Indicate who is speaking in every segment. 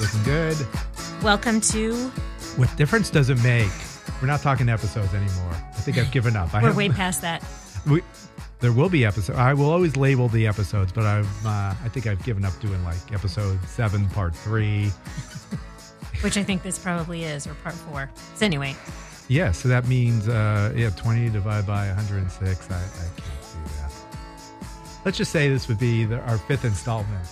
Speaker 1: Looking good.
Speaker 2: Welcome to
Speaker 1: What difference does it make? We're not talking episodes anymore. I think I've given up. I
Speaker 2: We're
Speaker 1: have-
Speaker 2: way past that.
Speaker 1: we, there will be episodes. I will always label the episodes, but I've uh, I think I've given up doing like episode seven, part three.
Speaker 2: Which I think this probably is, or part four. So anyway,
Speaker 1: Yeah, so that means uh, yeah, twenty divided by one hundred and six. I, I can't do that. Let's just say this would be the, our fifth installment.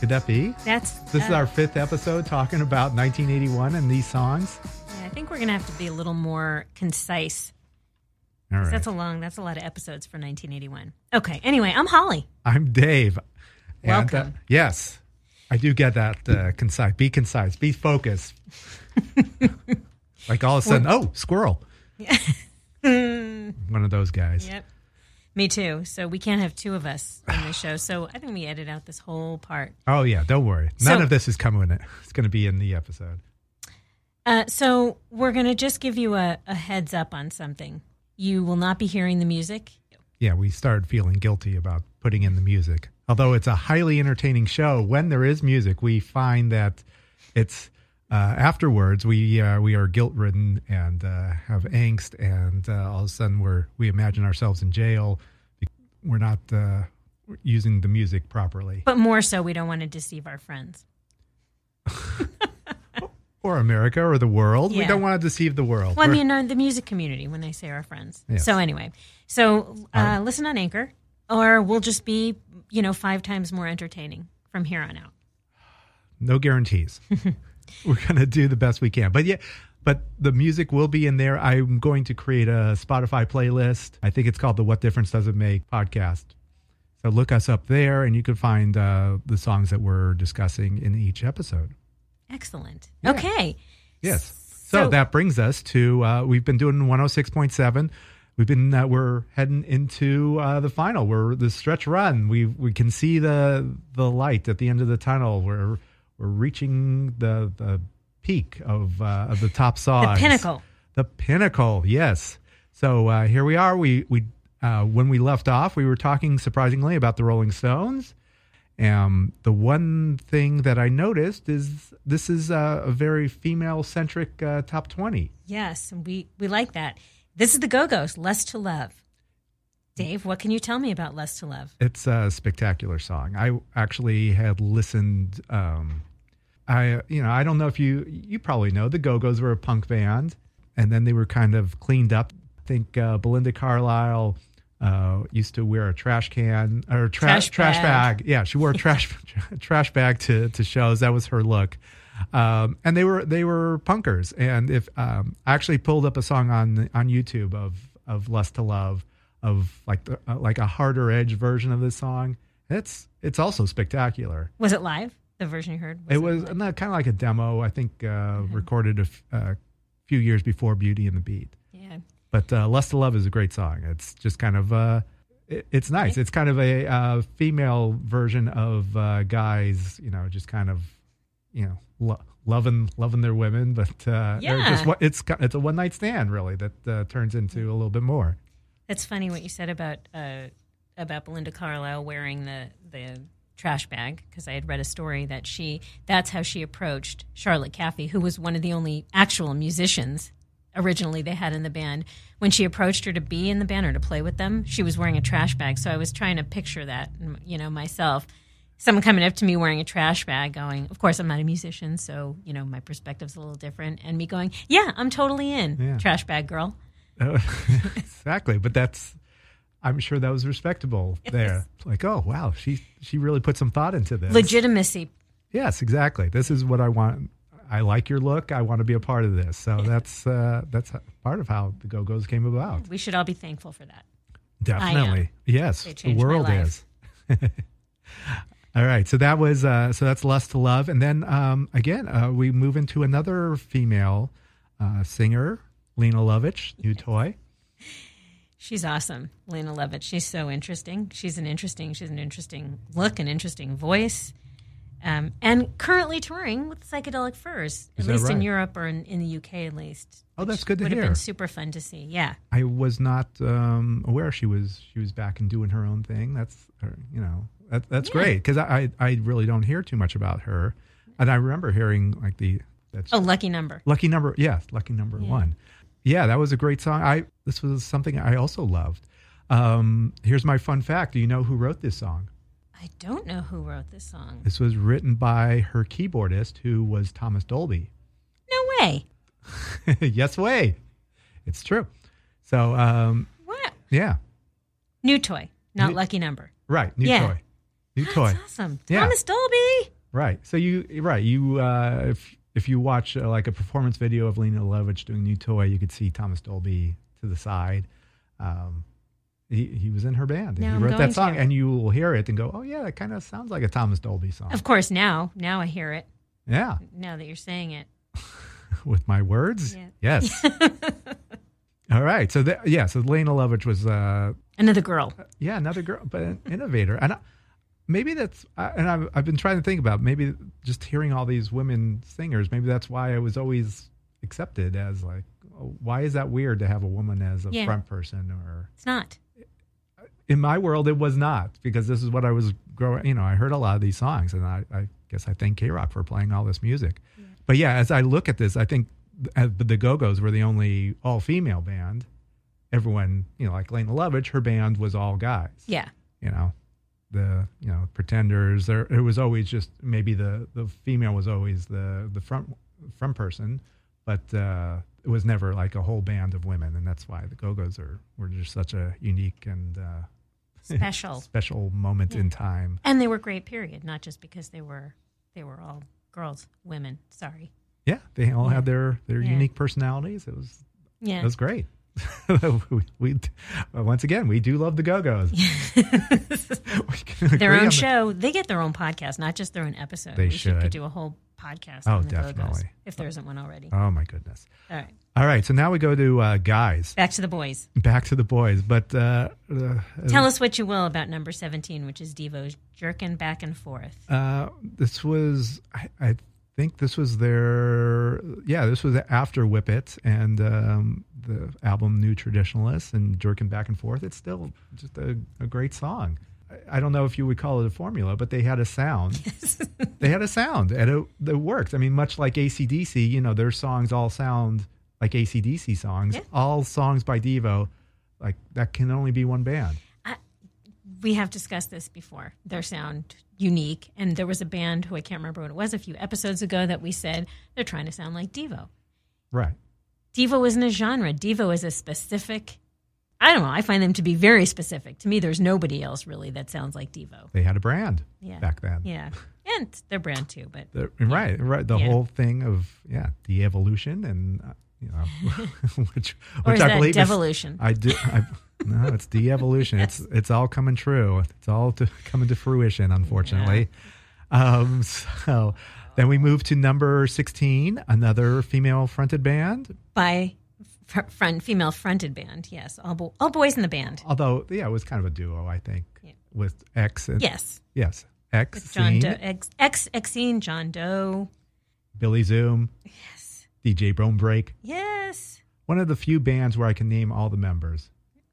Speaker 1: Could that be?
Speaker 2: that's
Speaker 1: This is
Speaker 2: uh,
Speaker 1: our fifth episode talking about 1981 and these songs.
Speaker 2: yeah, I think we're gonna have to be a little more concise.
Speaker 1: All
Speaker 2: 'cause
Speaker 1: right.
Speaker 2: That's a long. That's a lot of episodes for 1981. Okay. Anyway, I'm Holly.
Speaker 1: I'm Dave. And, uh,
Speaker 2: Welcome.
Speaker 1: yes, I do get that uh, concise. Be concise. Be focused. like all of a sudden, oh, squirrel. One of those guys.
Speaker 2: Yep. Me too. So we can't have two of us in the show. So I think we edit out this whole part.
Speaker 1: Oh yeah, don't worry. None
Speaker 2: So-
Speaker 1: of this is coming in it. It's going to be in the episode.
Speaker 2: Uh, so we're gonna just give you a, a heads up on something. You will not be hearing the music.
Speaker 1: Yeah, we started feeling guilty about putting in the music. Although it's a highly entertaining show, when there is music, we find that it's uh, afterwards we uh, we are guilt ridden and uh, have angst, and uh, all of a sudden we're we imagine ourselves in jail. We're not uh, using the music properly,
Speaker 2: But more so, we don't want to deceive our friends.
Speaker 1: or America, or the world. We
Speaker 2: Yeah.
Speaker 1: don't want to deceive the world.
Speaker 2: Well, I
Speaker 1: We're-
Speaker 2: mean, uh, the music community when I say our friends.
Speaker 1: Yes.
Speaker 2: So anyway, so uh, listen on Anchor, or we'll just be you know five times more entertaining from here on out.
Speaker 1: no guarantees. We're gonna do the best we can, but yeah, but the music will be in there. I'm going to create a Spotify playlist. I think it's called the "What Difference Does It Make" podcast. So look us up there, and you can find uh, the songs that we're discussing in each episode.
Speaker 2: Excellent.
Speaker 1: Yeah.
Speaker 2: Okay.
Speaker 1: Yes. So,
Speaker 2: So-
Speaker 1: that brings us to uh, we've been doing 106.7. We've been uh, we're heading into uh, the final. We're the stretch run. We we can see the the light at the end of the tunnel. We're we're reaching the the peak of uh, of the top
Speaker 2: The
Speaker 1: songs.
Speaker 2: pinnacle.
Speaker 1: The pinnacle. Yes. So uh, here we are. We we uh, when we left off, we were talking surprisingly about the Rolling Stones. Um, the one thing that I noticed is this is a, a very female centric uh, top 20.
Speaker 2: Yes, and we we like that. This is the Go Go's. Less to love. Dave, what can you tell me about Less to Love?
Speaker 1: It's a spectacular song. I actually had listened. Um, I you know I don't know if you you probably know the Go Go's were a punk band, and then they were kind of cleaned up. I think uh, Belinda Carlisle uh, used to wear a trash can or tra-
Speaker 2: Trash
Speaker 1: trash
Speaker 2: bag.
Speaker 1: bag. Yeah, she wore a trash trash bag to to shows. That was her look. Um, and they were they were punkers. And if um, I actually pulled up a song on on YouTube of of Lust to Love of like the, uh, like a harder edge version of this song. It's it's also spectacular.
Speaker 2: Was it live? The version you heard.
Speaker 1: it was kind of like a demo. I think uh, recorded a f- a few years before Beauty and the Beat.
Speaker 2: Yeah.
Speaker 1: But uh, Lust to Love is a great song. It's just kind of, uh, it, it's nice. It's kind of a uh, female version of uh, guys, you know, just kind of, you know, lo- loving loving their women, but uh, they're
Speaker 2: Yeah.
Speaker 1: just what it's ki- it's a one night stand really that uh, turns into a little bit more.
Speaker 2: That's funny what you said about uh, about Belinda Carlisle wearing the the trash bag because I had read a story that she that's how she approached Charlotte Caffey, who was one of the only actual musicians originally they had in the band. When she approached her to be in the band or to play with them, she was wearing a trash bag. So I was trying to picture that, you know, myself. Someone coming up to me wearing a trash bag, going, "Of course, I'm not a musician, so you know my perspective's a little different." And me going, "Yeah, I'm totally in,
Speaker 1: Yeah.
Speaker 2: trash bag girl."
Speaker 1: Uh, exactly, but that's. I'm sure that was respectable there. Like, oh wow, she she really put some thought into this.
Speaker 2: Legitimacy
Speaker 1: Yes, exactly. This is what I want. I like your look. I want to be a part of this. So that's uh, that's part of how the Go Go's came about.
Speaker 2: We should all be thankful for that.
Speaker 1: Definitely, yes.
Speaker 2: They
Speaker 1: The
Speaker 2: changed my
Speaker 1: world
Speaker 2: life.
Speaker 1: is. All right. So that was uh, so that's lust to love, and then um, again uh, we move into another female uh, singer, Lena Lovitch, new toy.
Speaker 2: She's awesome, Lena Levitt. She's so interesting. She's an interesting. She's an interesting look, an interesting voice, um, and currently touring with psychedelic furs,
Speaker 1: Is
Speaker 2: at
Speaker 1: that
Speaker 2: least in
Speaker 1: right?
Speaker 2: Europe or in, in the UK, at least.
Speaker 1: Oh,
Speaker 2: which
Speaker 1: that's good to
Speaker 2: Would have
Speaker 1: hear.
Speaker 2: been super fun to see. Yeah,
Speaker 1: I was not um, aware she was she was back and doing her own er, thing. That's or, you know that, that's great because I, I I really don't hear too much about her. And I remember hearing like the that's
Speaker 2: Oh, lucky number.
Speaker 1: lucky number. Yes, lucky number one. Yeah, that was a great song. I this was something I also loved. Um, here's my fun fact. Do you know who wrote this song?
Speaker 2: I don't know who wrote this song.
Speaker 1: This was written by her keyboardist, who was Thomas Dolby.
Speaker 2: No way.
Speaker 1: yes, way. It's true. So um,
Speaker 2: What?
Speaker 1: yeah,
Speaker 2: New toy, not
Speaker 1: New-
Speaker 2: lucky number.
Speaker 1: right. New
Speaker 2: Yeah.
Speaker 1: toy. New toy.
Speaker 2: That's awesome.
Speaker 1: Yeah.
Speaker 2: Thomas Dolby.
Speaker 1: Right. So you right you uh, if if you watch uh, like a performance video of Lena Lovitch doing New Toy, you could see Thomas Dolby to the side. Um, he he was in her band and
Speaker 2: Now
Speaker 1: he
Speaker 2: I'm
Speaker 1: wrote
Speaker 2: going
Speaker 1: that song,
Speaker 2: to.
Speaker 1: and you will hear it and go, oh yeah, that kind of sounds like a Thomas Dolby song.
Speaker 2: Of course, now, now I hear it.
Speaker 1: yeah,
Speaker 2: Now that you're saying it.
Speaker 1: with my words.
Speaker 2: Yeah.
Speaker 1: Yes. All right. So that, yeah, so Lena Lovitch was uh,
Speaker 2: Another girl.
Speaker 1: yeah another girl, but an innovator and. I, Maybe that's, I- and I've, I've been trying to think about maybe just hearing all these women singers. Maybe that's why I was always accepted as like, oh, why is that weird to have a woman as a
Speaker 2: Yeah.
Speaker 1: front person? Or
Speaker 2: It's not.
Speaker 1: in my world, it was not because this is what I was growing. You know, I heard a lot of these songs, and I, I guess I thank K Rock for playing all this music. But yeah, as I look at this, I think th- uh, the Go Go's were the only all female band. Everyone, you know, like Lena Lovitch, her band was all guys
Speaker 2: Yeah.
Speaker 1: you know the you know pretenders there it was always just maybe the the female was always the the front front person but uh it was never like a whole band of women and that's why the go-go's are were just such a unique and uh
Speaker 2: Special.
Speaker 1: special moment in time
Speaker 2: and they were great, period, not just because they were they were all girls, women. Sorry.
Speaker 1: yeah they all had their their
Speaker 2: Yeah.
Speaker 1: unique personalities it was
Speaker 2: Yeah.
Speaker 1: it was great we, we uh, once again we do love the go-go's We can agree
Speaker 2: their
Speaker 1: on
Speaker 2: own
Speaker 1: the-
Speaker 2: show. They get their own podcast, not just their own episode.
Speaker 1: They
Speaker 2: we should.
Speaker 1: should.
Speaker 2: could do a whole podcast.
Speaker 1: Oh,
Speaker 2: on the Go-Go's,
Speaker 1: definitely.
Speaker 2: if there isn't one already.
Speaker 1: oh my goodness
Speaker 2: All right,
Speaker 1: all right so now we go to uh guys
Speaker 2: back to the boys.
Speaker 1: back to the boys but uh, uh
Speaker 2: Tell us what you will about number seventeen, which is Devo's jerking back and forth.
Speaker 1: uh this was I, I think this was their yeah this was after whip it and um the album new traditionalists and jerking back and forth it's still just a, a great song I- I don't know if you would call it a formula, but they had a sound. they had a sound, and it, it worked. I mean, much like ACDC, you know, their songs all sound like ACDC songs.
Speaker 2: Yeah.
Speaker 1: All songs by Devo, like that can only be one band.
Speaker 2: we have discussed this before. Their sound unique, and there was a band who I can't remember what it was a few episodes ago that we said they're trying to sound like Devo.
Speaker 1: Right.
Speaker 2: Devo isn't a genre. Devo is a specific. I don't know. I find them to be very specific. To me, there's nobody else really that sounds like Devo.
Speaker 1: They had a brand
Speaker 2: Yeah.
Speaker 1: back then.
Speaker 2: Yeah, and their brand too. But
Speaker 1: The, Right, right. The
Speaker 2: Yeah.
Speaker 1: whole thing of yeah, the evolution and uh, you know, which
Speaker 2: or
Speaker 1: which
Speaker 2: is
Speaker 1: I
Speaker 2: that
Speaker 1: believe is-
Speaker 2: devolution?
Speaker 1: I do. I, no, it's the evolution. It's it's all coming true. It's all to, coming to fruition. Unfortunately, um, so then we move to number sixteen, another female-fronted band.
Speaker 2: by fr- front female fronted band. Yes, all bo- all boys in the band.
Speaker 1: Although yeah, it was kind of a duo, I think,
Speaker 2: Yeah.
Speaker 1: with X and
Speaker 2: Yes,
Speaker 1: yes, X,
Speaker 2: with John
Speaker 1: Scene,
Speaker 2: Doe, ex ex Exene, John Doe.
Speaker 1: Billy Zoom, yes, DJ Bone Break.
Speaker 2: Yes,
Speaker 1: One of the few bands where I can name all the members.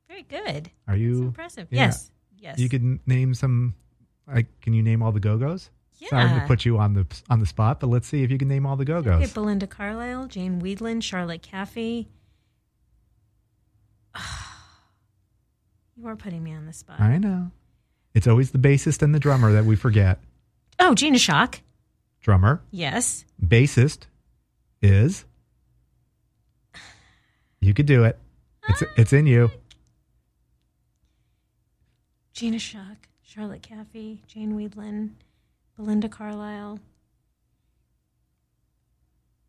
Speaker 2: very good.
Speaker 1: Are you
Speaker 2: That's impressive?
Speaker 1: yeah.
Speaker 2: Yes, yes.
Speaker 1: You could n- name some. I, can you name all the Go Go's? Sorry to
Speaker 2: Yeah.
Speaker 1: put you on the on the spot, but let's see if you can name all the Go
Speaker 2: Okay,
Speaker 1: Go's.
Speaker 2: Belinda Carlisle, Jane Weedland, Charlotte Caffey. you are putting me on the spot.
Speaker 1: I know. It's always the bassist and the drummer that we forget.
Speaker 2: Oh, Gina Shock.
Speaker 1: Drummer,
Speaker 2: Yes.
Speaker 1: bassist is. You could do it. It's
Speaker 2: Ah.
Speaker 1: it's in you.
Speaker 2: Gina Shock, Charlotte Caffey, Jane Weedland, Belinda Carlisle.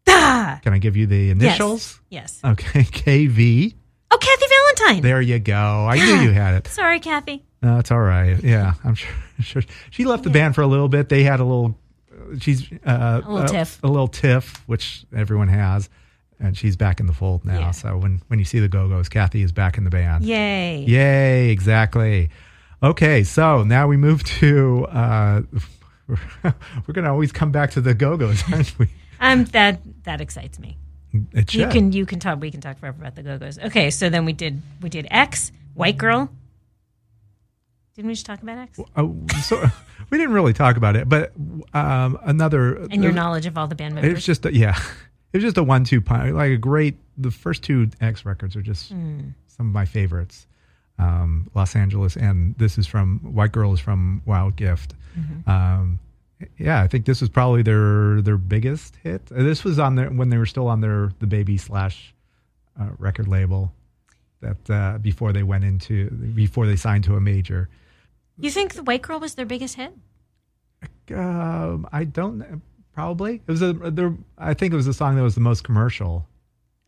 Speaker 2: Ah!
Speaker 1: Can I give you the initials?
Speaker 2: Yes. yes.
Speaker 1: Okay, KV.
Speaker 2: Oh, Kathy Valentine.
Speaker 1: There you go. I knew you had it.
Speaker 2: Sorry, Kathy.
Speaker 1: No, it's all right. Yeah, I'm sure. sure. She left the band for a little bit. They had a little. uh, She's uh,
Speaker 2: A little tiff.
Speaker 1: A little tiff, which everyone has, and she's back in the fold now.
Speaker 2: Yeah.
Speaker 1: So when when you see the Go Go's, Kathy is back in the band.
Speaker 2: Yay.
Speaker 1: Yay! Exactly. Okay, so now we move to. Uh, we're gonna always come back to the Go Go's, aren't we?
Speaker 2: Um, that that excites me.
Speaker 1: It should.
Speaker 2: You can you can talk. We can talk forever about the Go Go's. Okay, so then we did we did X, White Girl, Didn't we just talk about X?
Speaker 1: Oh, so we didn't really talk about it, but um, another
Speaker 2: And your knowledge of all the band
Speaker 1: It
Speaker 2: members.
Speaker 1: was just a, yeah, it was just a one-two punch. Like a great. The first two X records are just some of my favorites. Um, Los Angeles and this is from White Girl is from Wild Gift. Um, yeah, I think this was probably their their biggest hit. Uh, This was on their when they were still on their the Baby slash uh, record label. That uh, before they went into before they signed to a major.
Speaker 2: you think the White Girl was their biggest hit?
Speaker 1: Um, I don't kn- probably it was a there. I think it was the song that was the most commercial.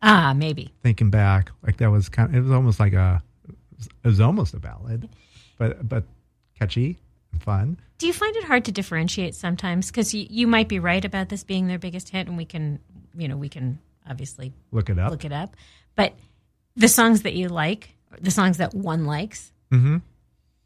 Speaker 2: Ah, maybe.
Speaker 1: thinking back, like that was kind of, it was almost like a, it was almost a ballad, but, but catchy and fun.
Speaker 2: Do you find it hard to differentiate sometimes? Because you, you might be right about this being their biggest hit, and we can, you know, we can obviously
Speaker 1: Look it up.
Speaker 2: look it up. But the songs that you like, the songs that one likes,
Speaker 1: hmm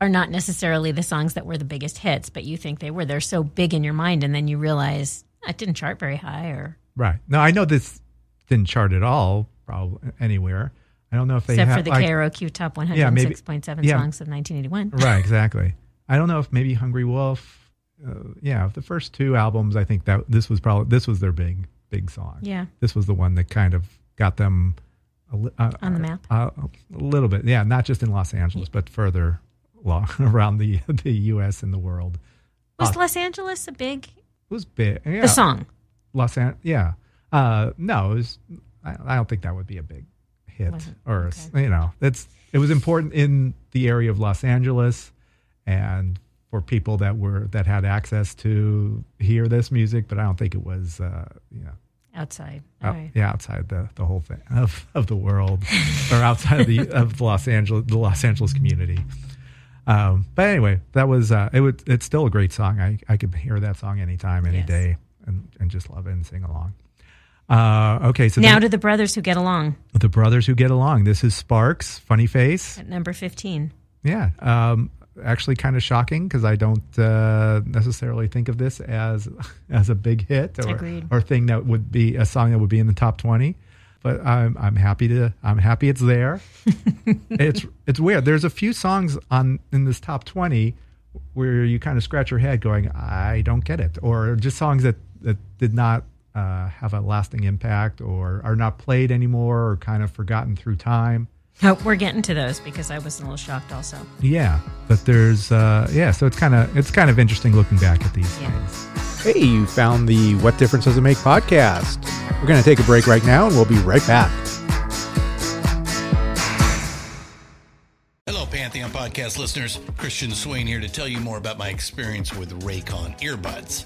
Speaker 2: are not necessarily the songs that were the biggest hits, but you think they were. They're so big in your mind, and then you realize it didn't chart very high, or
Speaker 1: Right. No, I know this didn't chart at all, probably anywhere. I don't know if they
Speaker 2: except
Speaker 1: have,
Speaker 2: for the
Speaker 1: like-
Speaker 2: KROQ top
Speaker 1: Yeah, maybe-
Speaker 2: 106.7
Speaker 1: yeah.
Speaker 2: songs of 1981.
Speaker 1: Right. Exactly. I don't know if maybe Hungry Wolf. Uh, yeah, the first two albums, I think that this was probably this was their big big song.
Speaker 2: Yeah,
Speaker 1: this was the one that kind of got them a li- uh,
Speaker 2: On the map?
Speaker 1: uh, a little bit. Yeah, not just in Los Angeles, but further along, around the the U.S. and the world.
Speaker 2: was
Speaker 1: Ah.
Speaker 2: Los Angeles a big
Speaker 1: It was big. Yeah,
Speaker 2: the song?
Speaker 1: Los An- Yeah, uh, no, it was. I, I don't think that would be a big hit,
Speaker 2: Wasn't-
Speaker 1: or a s- you know, that's it was important in the area of Los Angeles, and for people that were that had access to hear this music. But I don't think it was, uh, you know.
Speaker 2: Outside, all
Speaker 1: Out-
Speaker 2: right.
Speaker 1: Oh, Yeah, outside the, the whole thing of, of the world, or outside of the of the Los Angeles the Los Angeles community. Um, but anyway, that was uh, it. Would, it's still a great song. I, I could hear that song anytime, any
Speaker 2: Yes.
Speaker 1: day, and, and just love it and sing along. Uh, okay, so
Speaker 2: Now
Speaker 1: now
Speaker 2: to the brothers who get along
Speaker 1: the brothers who get along. This is Sparks, Funny Face.
Speaker 2: at number 15.
Speaker 1: Yeah, um, actually, kind of shocking because I don't uh, necessarily think of this as as a big hit or
Speaker 2: Agreed.
Speaker 1: or thing that would be a song that would be in the top twenty. But I'm I'm happy to I'm happy it's there. it's it's weird. There's a few songs on in this top twenty where you kind of scratch your head, going, I don't get it, or just songs that that did not. Uh, have a lasting impact or are not played anymore or kind of forgotten through time.
Speaker 2: Oh, we're getting to those because I was a little shocked also.
Speaker 1: Yeah, but there's uh, yeah, so it's kind of it's kind of interesting looking back at these
Speaker 2: Yeah.
Speaker 1: things. Hey, you found the What Difference Does It Make podcast. We're going to take a break right now, and we'll be right back.
Speaker 3: Hello, Pantheon podcast listeners. Christian Swain here to tell you more about my experience with Raycon earbuds.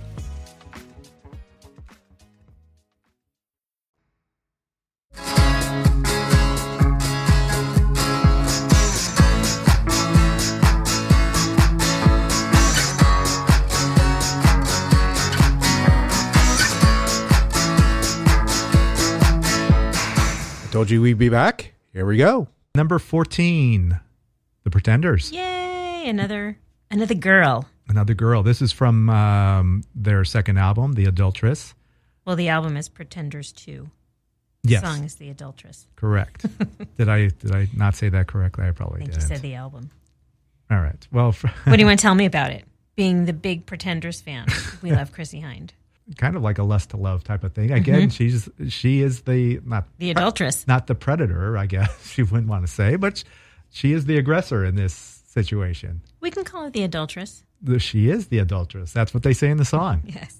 Speaker 4: I told you we'd be back. Here we go.
Speaker 1: Number fourteen, The Pretenders.
Speaker 2: Yay! Another Another girl.
Speaker 1: Another girl. This is from um, their second album, The Adulteress.
Speaker 2: Well, the album is Pretenders 2. The
Speaker 1: Yes,
Speaker 2: song is The Adulteress.
Speaker 1: correct. did I did I not say that correctly? I
Speaker 2: I
Speaker 1: probably
Speaker 2: think
Speaker 1: did.
Speaker 2: you said the album.
Speaker 1: All right. Well, for,
Speaker 2: What do you want to tell me about it? Being the big Pretenders fan, we love Chrissy Hind,
Speaker 1: kind of like a lust to love type of thing.
Speaker 2: Mm-hmm.
Speaker 1: Again, she's she is the not
Speaker 2: the adulteress.
Speaker 1: not the predator, I guess you wouldn't want to say, but she is the aggressor in this situation.
Speaker 2: We can call it the adulteress.
Speaker 1: The- She is the adulteress. That's what they say in the song.
Speaker 2: Yes.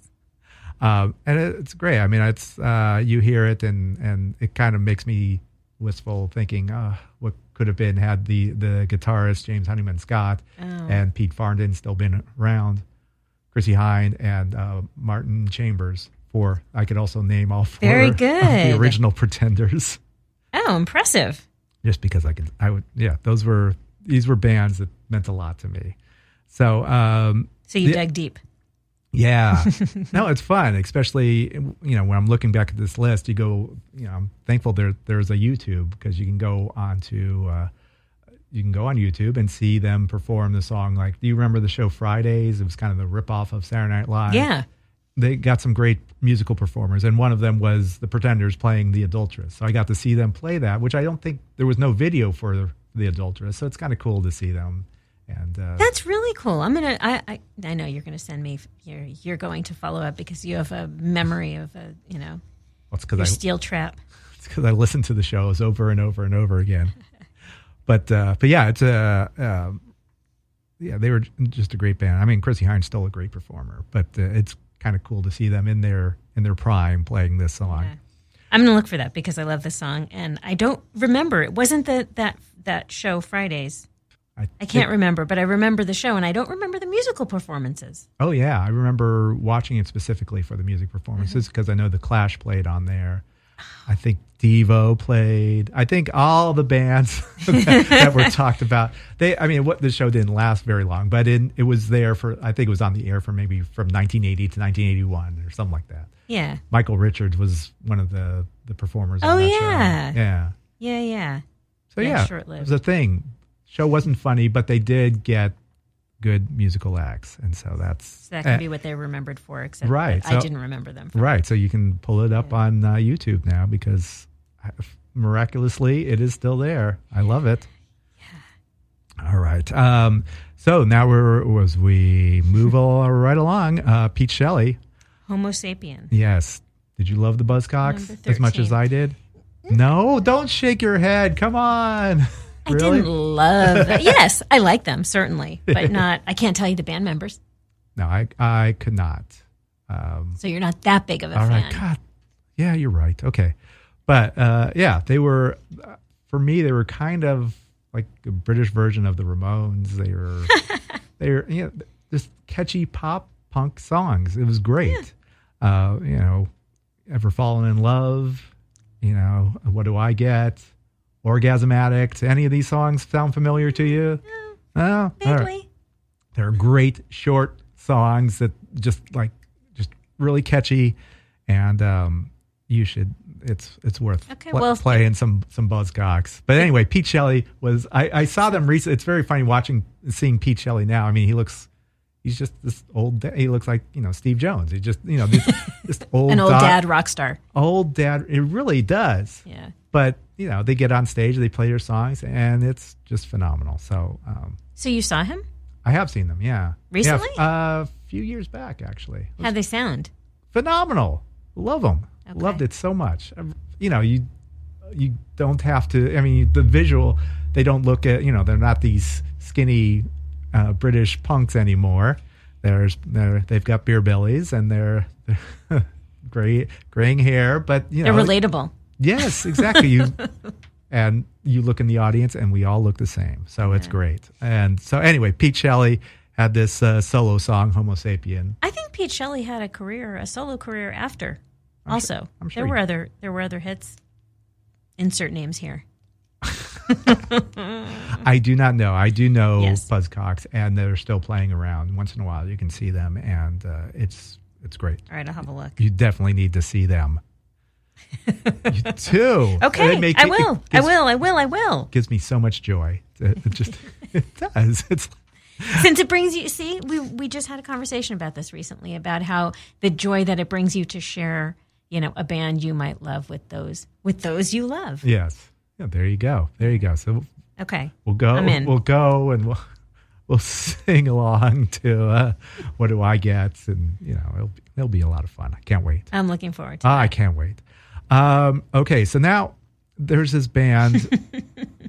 Speaker 1: Um, and it, it's great. I mean, it's uh, you hear it, and and it kind of makes me wistful thinking, uh, what could have been had the the guitarist James Honeyman Scott
Speaker 2: Oh.
Speaker 1: and Pete Farndon still been around, Chrissy Hine and uh, Martin Chambers. Four. I could also name all four.
Speaker 2: Very
Speaker 1: of
Speaker 2: good.
Speaker 1: the original Pretenders,
Speaker 2: Oh, impressive.
Speaker 1: just because I could. I would. Yeah, those were these were bands that meant a lot to me. So um,
Speaker 2: So you
Speaker 1: The-
Speaker 2: dug deep.
Speaker 1: yeah. no, it's fun, especially you know when I'm looking back at this list. You go, you know, I'm thankful there there's a YouTube because you can go onto uh, you can go on YouTube and see them perform the song. Like, do you remember the show Fridays? It was kind of the ripoff of Saturday Night Live.
Speaker 2: Yeah.
Speaker 1: They got some great musical performers, and one of them was the Pretenders playing the Adulteress. So I got to see them play that, which I don't think there was no video for the, the Adulteress. So it's kind of cool to see them. And uh,
Speaker 2: That's really cool. I'm gonna. I, I I know you're gonna send me. You're you're going to follow up because you have a memory of a you know
Speaker 1: that's because
Speaker 2: your
Speaker 1: I
Speaker 2: steel trap.
Speaker 1: because I listen to the shows over and over and over again. But uh, but yeah, it's a uh, yeah they were just a great band. I mean, Chrissy Hines still a great performer, but uh, it's kind of cool to see them in their in their prime playing this song.
Speaker 2: I'm gonna look for that because I love this song and I don't remember. It wasn't the that that show Fridays.
Speaker 1: I,
Speaker 2: I can't
Speaker 1: think-
Speaker 2: remember, but I remember the show and I don't remember the musical performances.
Speaker 1: oh yeah, I remember watching it specifically for the music performances
Speaker 2: Mm-hmm.
Speaker 1: because I know the Clash played on there. I think Devo played. I think all the bands that, that were talked about. They, I mean, what the show didn't last very long, but in, it was there for. I think it was on the air for maybe from 1980 to 1981 or something like that.
Speaker 2: Yeah.
Speaker 1: Michael Richards was one of the the performers.
Speaker 2: Oh,
Speaker 1: on that
Speaker 2: yeah.
Speaker 1: show. yeah.
Speaker 2: Yeah. Yeah.
Speaker 1: So
Speaker 2: Yeah,
Speaker 1: yeah,
Speaker 2: short-lived.
Speaker 1: it was a thing. Show wasn't funny, but they did get good musical acts, and so that's
Speaker 2: So that could
Speaker 1: eh,
Speaker 2: be what they're remembered for, except
Speaker 1: Right,
Speaker 2: that I
Speaker 1: so-
Speaker 2: didn't remember them.
Speaker 1: Right. So you can pull it up on uh, YouTube now because I- miraculously it is still there. I love it. All right. Um, so now we're was we move all right along. Uh, Pete Shelley.
Speaker 2: Homo sapien.
Speaker 1: Yes. Did you love the
Speaker 2: Number
Speaker 1: Buzzcocks as much
Speaker 2: 13.
Speaker 1: as I did? No, don't shake your head. Come on.
Speaker 2: I
Speaker 1: really?
Speaker 2: didn't love. yes, I like them certainly, but not. I can't tell you the band members,
Speaker 1: No, I I could not. Um,
Speaker 2: so you're not that big of a
Speaker 1: All
Speaker 2: fan.
Speaker 1: right, God, yeah, you're right. Okay, but uh, yeah, they were uh, for me. They were kind of like a British version of the Ramones. They were they were you know, just catchy pop punk songs. It was great. Uh, you know, ever fallen in love? You know, what do I get? Orgasm addict. Any of these songs sound familiar to you? No, All right.
Speaker 2: Vaguely.
Speaker 1: They're great short songs that just like just really catchy, and um, you should. It's it's worth
Speaker 2: Okay,
Speaker 1: pl-
Speaker 2: well-
Speaker 1: playing some some buzzcocks. But anyway, Pete Shelley was I, I saw them recently. It's very funny watching seeing Pete Shelley now. I mean, he looks he's just this old. da- He looks like you know Steve Jones. He just you know this, this old
Speaker 2: An old
Speaker 1: doc-
Speaker 2: dad rock star.
Speaker 1: Old dad. It really does
Speaker 2: Yeah.
Speaker 1: but you know they get on stage they play their songs and it's just phenomenal so um,
Speaker 2: So you saw him?
Speaker 1: i have seen them yeah
Speaker 2: Recently?
Speaker 1: yeah, uh, a few years back actually It was
Speaker 2: How they sound?
Speaker 1: phenomenal love them
Speaker 2: Okay.
Speaker 1: loved it so much Um, you know you you don't have to i mean the visual they don't look at you know they're not these skinny uh, british punks anymore there's they're, they've got beer bellies and they're, they're gray graying hair but you
Speaker 2: They're
Speaker 1: know
Speaker 2: relatable.
Speaker 1: Yes, exactly. You and you look in the audience, and we all look the same. So it's great. And so anyway, Pete Shelley had this uh, solo song, "Homo Sapien."
Speaker 2: I think Pete Shelley had a career, a solo career after. also,
Speaker 1: I'm sure
Speaker 2: there
Speaker 1: he-
Speaker 2: were other there were other hits. Insert names here.
Speaker 1: I do not know. I do know
Speaker 2: Mm-hmm. Yes.
Speaker 1: Buzzcocks, and they're still playing around. Once in a while, you can see them, and uh, it's it's great.
Speaker 2: All right, I'll have a look.
Speaker 1: You definitely need to see them. you do.
Speaker 2: Okay,
Speaker 1: They make
Speaker 2: I
Speaker 1: it- it
Speaker 2: will. I
Speaker 1: gives-
Speaker 2: will. I will. I will.
Speaker 1: Gives me so much joy. It, it just it does. It's
Speaker 2: Since it brings you, see, we we just had a conversation about this recently about how the joy that it brings you to share, you know, a band you might love with those with those you love.
Speaker 1: Yes. Yeah, there you go. There you go. So
Speaker 2: Okay,
Speaker 1: we'll go.
Speaker 2: I'm in.
Speaker 1: We'll go and we'll we'll sing along to uh, what do I get? And you know, it'll be, it'll be a lot of fun. I can't wait.
Speaker 2: I'm looking forward to.
Speaker 1: Ah, I can't wait. Um, okay, so now there's this band,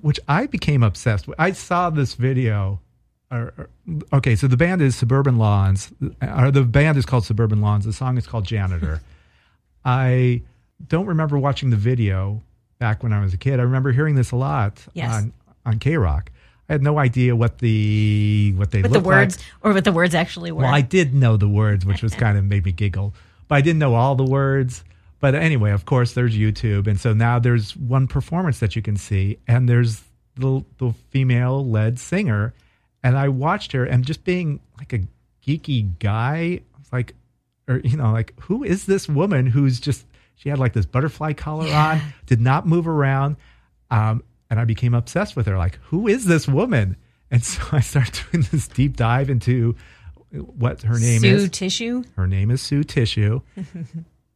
Speaker 1: which I became obsessed with. I saw this video. Or, or- okay, so the band is Suburban Lawns, or the band is called Suburban Lawns. The song is called Janitor. I don't remember watching the video back when I was a kid. I remember hearing this a lot
Speaker 2: Yes.
Speaker 1: on on K Rock. I had no idea what the what they
Speaker 2: With the
Speaker 1: looked like.
Speaker 2: words, or what the words actually were.
Speaker 1: Well, I did know the words, which was kind of made me giggle, but I didn't know all the words. But anyway, of course, there's YouTube, and so now there's one performance that you can see, and there's the the female led singer, and I watched her, and just being like a geeky guy, I was like, or you know, like who is this woman who's just she had like this butterfly collar on, did not move around, um, and I became obsessed with her. Like, who is this woman? And so I started doing this deep dive into what her name
Speaker 2: Sue
Speaker 1: is.
Speaker 2: tissue.
Speaker 1: Her name is Sue Tissue.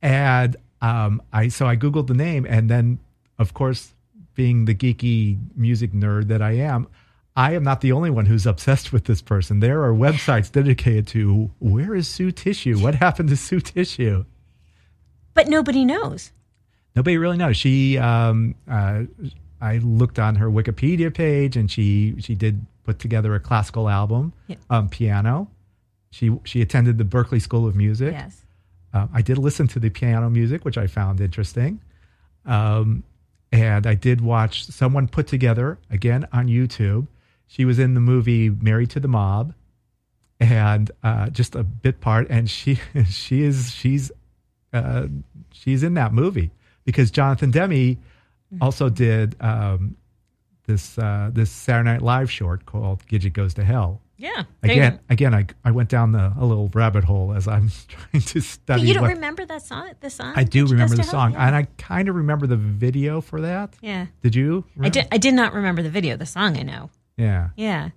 Speaker 1: and um, I so I googled the name, and then of course, being the geeky music nerd that I am, I am not the only one who's obsessed with this person. There are websites dedicated to where is Sue Tissue? What happened to Sue Tissue?
Speaker 2: But nobody knows.
Speaker 1: Nobody really knows. She, um, uh, I looked on her Wikipedia page, and she she did put together a classical album,
Speaker 2: Yeah.
Speaker 1: um, piano. She she attended the Berkeley School of Music.
Speaker 2: Yes.
Speaker 1: Um, I did listen to the piano music, which I found interesting. Um, and I did watch someone put together, again on YouTube, she was in the movie Married to the Mob and uh, just a bit part. And she, she is, she's, uh, she's in that movie because Jonathan Demi
Speaker 2: Mm-hmm.
Speaker 1: also did um, this, uh, this Saturday Night Live short called Gidget Goes to Hell.
Speaker 2: Yeah. There you
Speaker 1: Again,
Speaker 2: go.
Speaker 1: again, I, I went down the, a little rabbit hole as I'm trying to
Speaker 2: But
Speaker 1: study.
Speaker 2: you don't
Speaker 1: what-
Speaker 2: remember that song? The song?
Speaker 1: I do
Speaker 2: Did you
Speaker 1: remember the
Speaker 2: guys tell?
Speaker 1: song,
Speaker 2: Yeah.
Speaker 1: and I kind of remember the video for that.
Speaker 2: yeah.
Speaker 1: Did you?
Speaker 2: I
Speaker 1: remember?
Speaker 2: did. I did not remember the video. The song I know.
Speaker 1: Yeah.
Speaker 2: Yeah,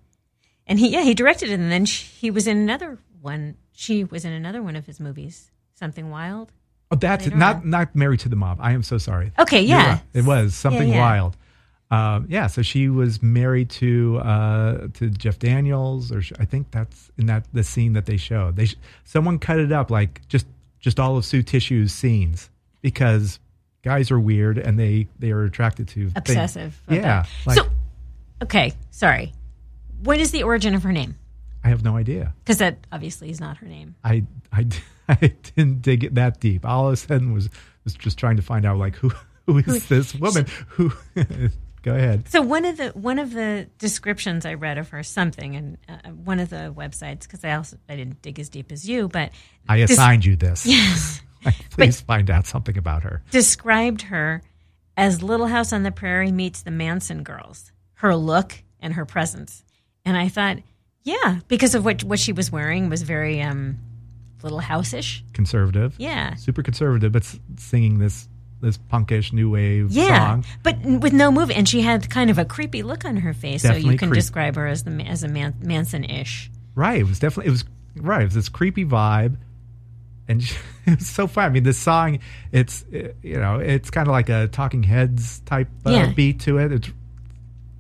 Speaker 2: and he yeah he directed it, and then she, he was in another one. She was in another one of his movies, something wild.
Speaker 1: Oh, that's
Speaker 2: Later
Speaker 1: not not married to the mob. I am so sorry.
Speaker 2: Okay,
Speaker 1: You're
Speaker 2: yeah,
Speaker 1: right. it was something
Speaker 2: yeah.
Speaker 1: wild. Um, yeah, so she was married to uh, to Jeff Daniels, or sh- I think that's in that the scene that they showed. They sh- someone cut it up like just just all of Sue Tissue's scenes because guys are weird and they they are attracted to things.
Speaker 2: obsessive.
Speaker 1: Yeah,
Speaker 2: about-
Speaker 1: like
Speaker 2: so okay, sorry. What is the origin of her name?
Speaker 1: I have no idea.
Speaker 2: Because that obviously is not her name.
Speaker 1: I, I, I didn't dig it that deep. All of a sudden was was just trying to find out like who who is this woman? Who? Go ahead.
Speaker 2: So one of the one of the descriptions I read of her something, and uh, one of the websites because I also I didn't dig as deep as you, but
Speaker 1: I
Speaker 2: Dis-
Speaker 1: assigned you this. Please find out something about her.
Speaker 2: described her as Little House on the Prairie meets the Manson girls, her look and her presence. And I thought, yeah, because of what what she was wearing was very um Little House ish.
Speaker 1: Conservative.
Speaker 2: Yeah.
Speaker 1: Super conservative, but s- singing this this punkish new wave
Speaker 2: Yeah,
Speaker 1: song.
Speaker 2: but n- with no move, and she had kind of a creepy look on her face, so
Speaker 1: Definitely
Speaker 2: you can
Speaker 1: creep.
Speaker 2: describe her as the ma- as a man, Manson-ish.
Speaker 1: Right. It was definitely it was right. It was this creepy vibe, and she, it was so fun. I mean, this song, it's uh, you know, it's kind of like a Talking Heads type uh,
Speaker 2: Yeah.
Speaker 1: beat to it. It's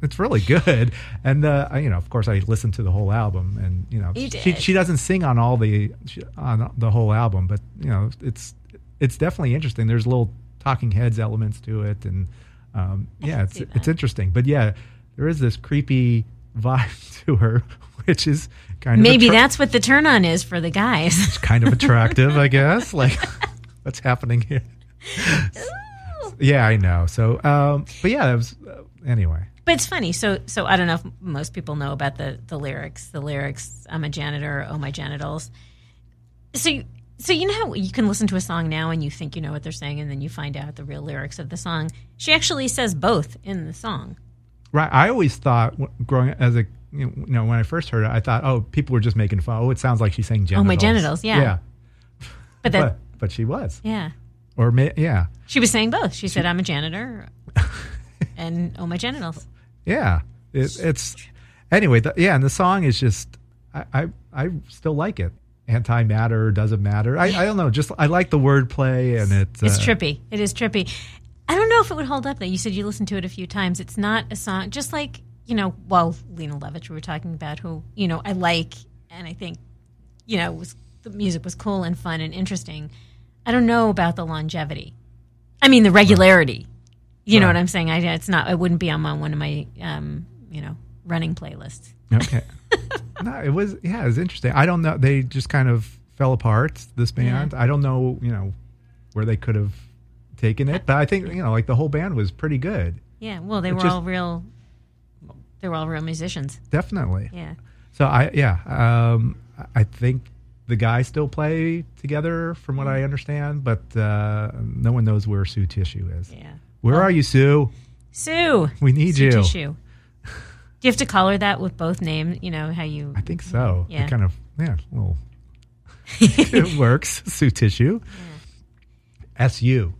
Speaker 1: it's really good, and uh, I- you know, of course, I listened to the whole album, and you know,
Speaker 2: You did.
Speaker 1: she she doesn't sing on all the she, on the whole album, but you know, it's it's definitely interesting. There's little Talking Heads elements to it, and um, yeah,
Speaker 2: can
Speaker 1: it's
Speaker 2: see
Speaker 1: it's
Speaker 2: that.
Speaker 1: interesting, but yeah, there is this creepy vibe to her, which is kind of
Speaker 2: Maybe
Speaker 1: attra-
Speaker 2: that's what the turn on is for the guys.
Speaker 1: kind of attractive, I guess. Like, what's happening here? yeah, I know. So, um, but yeah, that was uh, anyway.
Speaker 2: But it's funny. So so I don't know if most people know about the the lyrics. The lyrics. I'm a janitor. Oh my genitals. So you, so you know how you can listen to a song now and you think you know what they're saying, and then you find out the real lyrics of the song. She actually says both in the song.
Speaker 1: Right, I always thought w- growing as a you know when I first heard it, I thought, oh, people were just making fun. Oh, it sounds like she's saying
Speaker 2: Oh,
Speaker 1: genitals.
Speaker 2: my genitals, yeah.
Speaker 1: yeah,
Speaker 2: But that
Speaker 1: but but she was,
Speaker 2: yeah,
Speaker 1: or ma- yeah,
Speaker 2: she was saying both. She said I'm a janitor, and oh my genitals.
Speaker 1: yeah. It, it's anyway, the, yeah, and the song is just I, I, I still like it. Antimatter doesn't matter. I, I don't know. Just I like the wordplay and it's
Speaker 2: It's
Speaker 1: uh,
Speaker 2: trippy. It is trippy. I don't know if it would hold up. That you said you listened to it a few times. It's not a song. Just like you know, well, Lena Lovitch we were talking about, who you know I like, and I think you know was the music was cool and fun and interesting. I don't know about the longevity. I mean the regularity. You know what I'm saying? I, it's not. It wouldn't be on my, one of my um, you know running playlists.
Speaker 1: Okay. no, it was yeah, it was interesting. I don't know. They just kind of fell apart. This band. I don't know. You know where they could have taken it, but I think you know, like the whole band was pretty good.
Speaker 2: Yeah. Well, they
Speaker 1: It
Speaker 2: were
Speaker 1: just-
Speaker 2: all real. They were all real musicians.
Speaker 1: Definitely.
Speaker 2: Yeah.
Speaker 1: So I yeah, um, I think the guys still play together, from what
Speaker 2: Mm-hmm.
Speaker 1: I understand, but uh, no one knows where Sue Tissue is.
Speaker 2: Yeah.
Speaker 1: Where are you, Sue?
Speaker 2: Sue.
Speaker 1: We need
Speaker 2: Sue
Speaker 1: you.
Speaker 2: Tissue. Do you have to call her that with both names? You know how you.
Speaker 1: I think so.
Speaker 2: Mm-hmm. Yeah.
Speaker 1: It kind of yeah, well, it works. Sue Tissue. Su.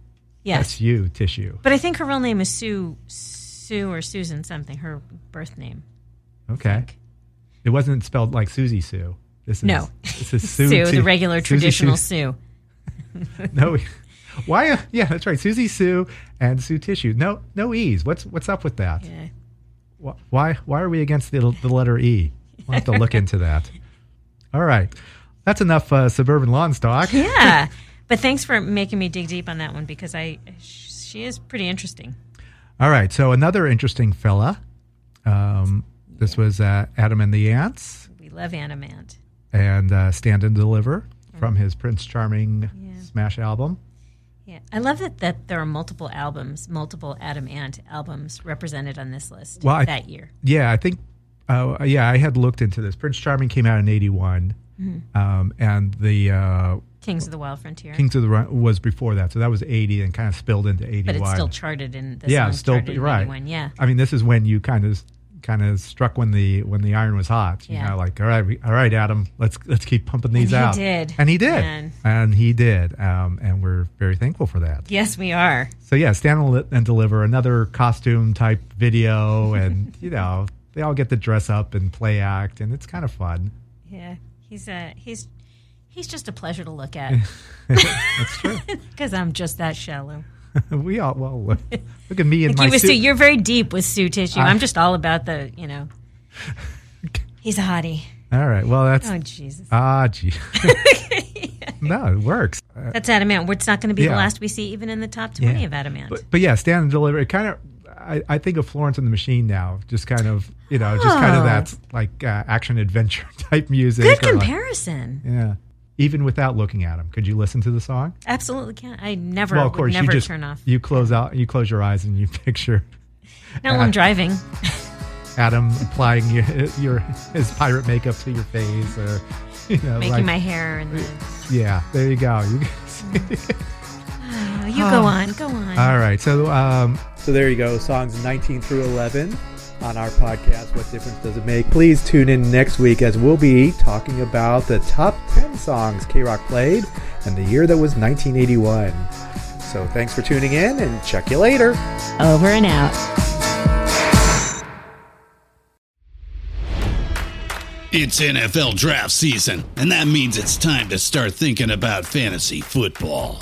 Speaker 2: Yes.
Speaker 1: Su Tissue.
Speaker 2: But I think her real name is Sue, Sue or Susan something. Her birth name.
Speaker 1: Okay. It wasn't spelled like Susie Sue. This is
Speaker 2: No.
Speaker 1: This is Sue,
Speaker 2: Sue,
Speaker 1: T-
Speaker 2: the regular
Speaker 1: Susie
Speaker 2: traditional
Speaker 1: Sue.
Speaker 2: Sue.
Speaker 1: No. Why? uh, Yeah, that's right. Susie Sue and Sue Tissue. No, no E's. What's what's up with that?
Speaker 2: Yeah.
Speaker 1: Wh- Why? Why are we against the, the letter E? We'll have to look into that. All right, that's enough uh, suburban lawn stock.
Speaker 2: yeah. But thanks for making me dig deep on that one because I sh- she is pretty interesting.
Speaker 1: All right, so another interesting fella. Um, this was uh, Adam and the Ants.
Speaker 2: We love Animant.
Speaker 1: and uh, Stand and Deliver from his Prince Charming
Speaker 2: Yeah.
Speaker 1: Smash album.
Speaker 2: Yeah. I love that, that there are multiple albums, multiple Adam Ant albums represented on this list
Speaker 1: Well, I-
Speaker 2: that year.
Speaker 1: Yeah, I think, uh, yeah, I had looked into this. Prince Charming came out in 81,
Speaker 2: Mm-hmm.
Speaker 1: um, and the uh,
Speaker 2: Kings of the Wild Frontier.
Speaker 1: Kings of the Run was before that. So that was 80 and kind of spilled into 81.
Speaker 2: but it's still charted in the
Speaker 1: yeah,
Speaker 2: song
Speaker 1: still
Speaker 2: charted in
Speaker 1: right.
Speaker 2: 91, yeah
Speaker 1: I mean, this is when you kind of kind of struck when the when the iron was hot. You
Speaker 2: Yeah.
Speaker 1: know, like all right, we, all right, Adam, let's let's keep pumping these
Speaker 2: he
Speaker 1: out.
Speaker 2: did.
Speaker 1: and he did,
Speaker 2: Man.
Speaker 1: and he did, um, and we're very thankful for that.
Speaker 2: yes we are
Speaker 1: So yeah, stand and, li- and deliver another costume type video, and you know they all get to dress up and play act, and it's kind of fun.
Speaker 2: yeah he's a he's he's just a pleasure to look at
Speaker 1: That's true.
Speaker 2: because i'm just that shallow
Speaker 1: we all well look, look at me in
Speaker 2: like
Speaker 1: my
Speaker 2: you was Sue,
Speaker 1: suit.
Speaker 2: you're very deep with sue tissue
Speaker 1: I-
Speaker 2: i'm just all about the you know he's a hottie
Speaker 1: all right, well that's
Speaker 2: oh jesus
Speaker 1: ah gee. no, it works.
Speaker 2: that's adamant it's not going to be
Speaker 1: Uh, Yeah.
Speaker 2: the last we see even in the top 20
Speaker 1: Yeah.
Speaker 2: of adamant
Speaker 1: But, but yeah, stand and deliver. It kind of I, I think of Florence and the Machine now, just kind of you know, just kind
Speaker 2: Oh.
Speaker 1: of that like uh, action adventure type music.
Speaker 2: good
Speaker 1: or like-
Speaker 2: comparison
Speaker 1: yeah, even without looking at him, could you listen to the song?
Speaker 2: absolutely can't i never
Speaker 1: well, of course,
Speaker 2: would never
Speaker 1: you just
Speaker 2: turn off
Speaker 1: you close out, you close your eyes, and you picture
Speaker 2: now while i'm driving
Speaker 1: Adam applying your, your his pirate makeup to your face, or you know,
Speaker 2: making
Speaker 1: like, uh,
Speaker 2: my hair and the,
Speaker 1: yeah, there you go. You guys-
Speaker 2: oh, you go
Speaker 1: uh,
Speaker 2: on go on
Speaker 1: All right, so um,
Speaker 5: So there you go, songs 19 through 11 on our podcast. What difference does it make? Please tune in next week as we'll be talking about the top 10 songs K Rock played and the year that was 1981. So thanks for tuning in and check you later.
Speaker 2: over and out
Speaker 6: It's NFL draft season, and that means it's time to start thinking about fantasy football.